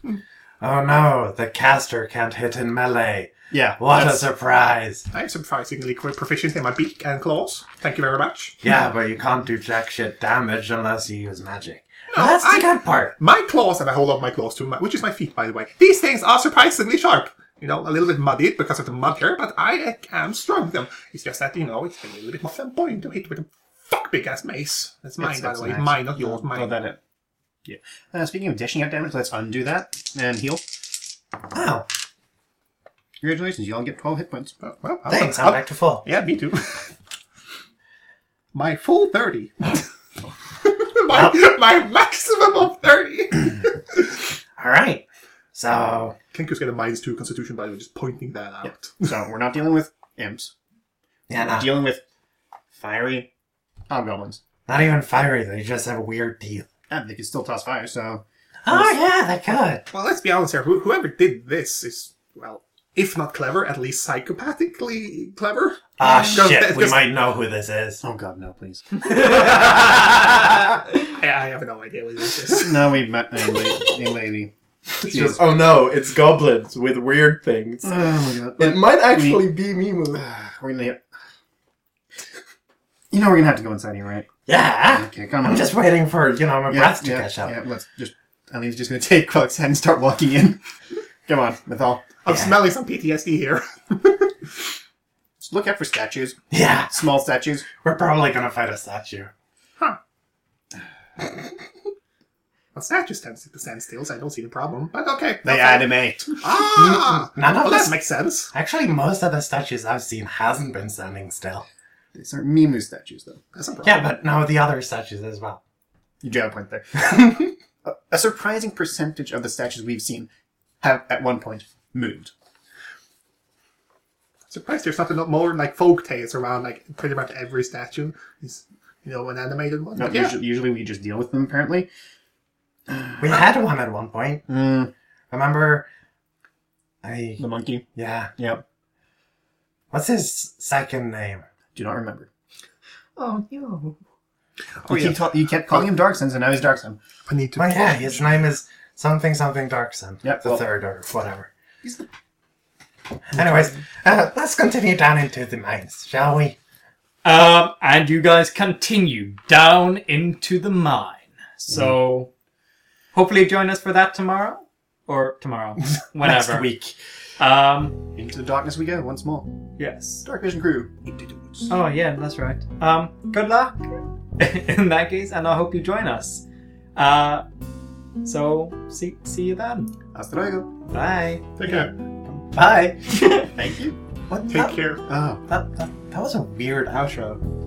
Oh no, the caster can't hit in melee. Yeah. What a that's- surprise. I'm surprisingly quite proficient in my beak and claws. Thank you very much. Yeah, but you can't do jack shit damage unless you use magic. No, That's the I- good part. My claws, and I hold on my claws to my, which is my feet, by the way. These things are surprisingly sharp. You know, a little bit muddied because of the mud here, but I uh, can strong them. It's just that, you know, it's a little bit more than point to hit with a fuck big ass mace. That's mine, It's- by it's the way. nice. Mine, not yours. Mine. Oh, that it. Yeah. Uh, speaking of dishing out damage, let's undo that and heal. Wow. Congratulations, you all get 12 hit points. Uh, well, I'll- Thanks, I'll- I'm back to full. Yeah, me too. my full 30. my, my maximum of 30. Alright. So Klinker's got a minus two constitution, by the way, just pointing that out. So we're not dealing with imps. yeah, We're no, dealing with fiery hobgoblins. not even fiery, they just have a weird deal. And they can still toss fire, so Oh yeah, they could. Well, let's be honest here. Who- Whoever did this is, well, if not clever, at least psychopathically clever. Ah Because shit, that- we just- might know who this is. oh god, no, please. I, I have no idea what this is. no, we met a lady. A lady. It's just, oh no, it's goblins with weird things. Oh my god. It might actually be Mimu. We're gonna. You know we're gonna have to go inside here, right? Yeah. Okay, come on. Ah, I'm just waiting for, you know, my breath to yeah, catch up. Yeah, let's just. Eileen's just gonna take Clark's hand and start walking in. Come on, Mithal. I'm Yeah. smelling some PTSD here. Just look out for statues. Yeah, Small statues. we're probably gonna fight a statue. Well, statues tend to stand still, so I don't see the problem. But okay. They okay. animate. Ah! None of Well, us that makes sense. Actually, most of the statues I've seen hasn't been standing still. These aren't Mimu statues, though. That's a problem. Yeah, but no, the other statues as well. You do have a point there. a, a surprising percentage of the statues we've seen have, at one point, moved. Surprised there's not enough more like folk tales around like pretty much every statue is you know an animated one. No, But yeah. usually, usually we just deal with them, apparently. We had one at one point. Mm, Remember? I. the monkey. Yeah. Yep. What's his second name? Do not remember. Oh no. you, keep ta- you kept calling him Darkson, and now he's Darkson. I need to. Well, yeah, his name is something something Darkson. Yep, The well- third or whatever. Anyways, uh, let's continue down into the mines, shall we? Um, and you guys continue down into the mine. So, hopefully, join us for that tomorrow or tomorrow, whenever. Next week. Um, Into the darkness we go, once more. yes. Dark Vision crew. Oh, yeah, that's right. Um, good luck in that case, and I hope you join us. Uh, so see see you then. Hasta luego. Bye. Take care. Bye. Thank you. What? Take That, care. Oh. that, that, that was a weird outro.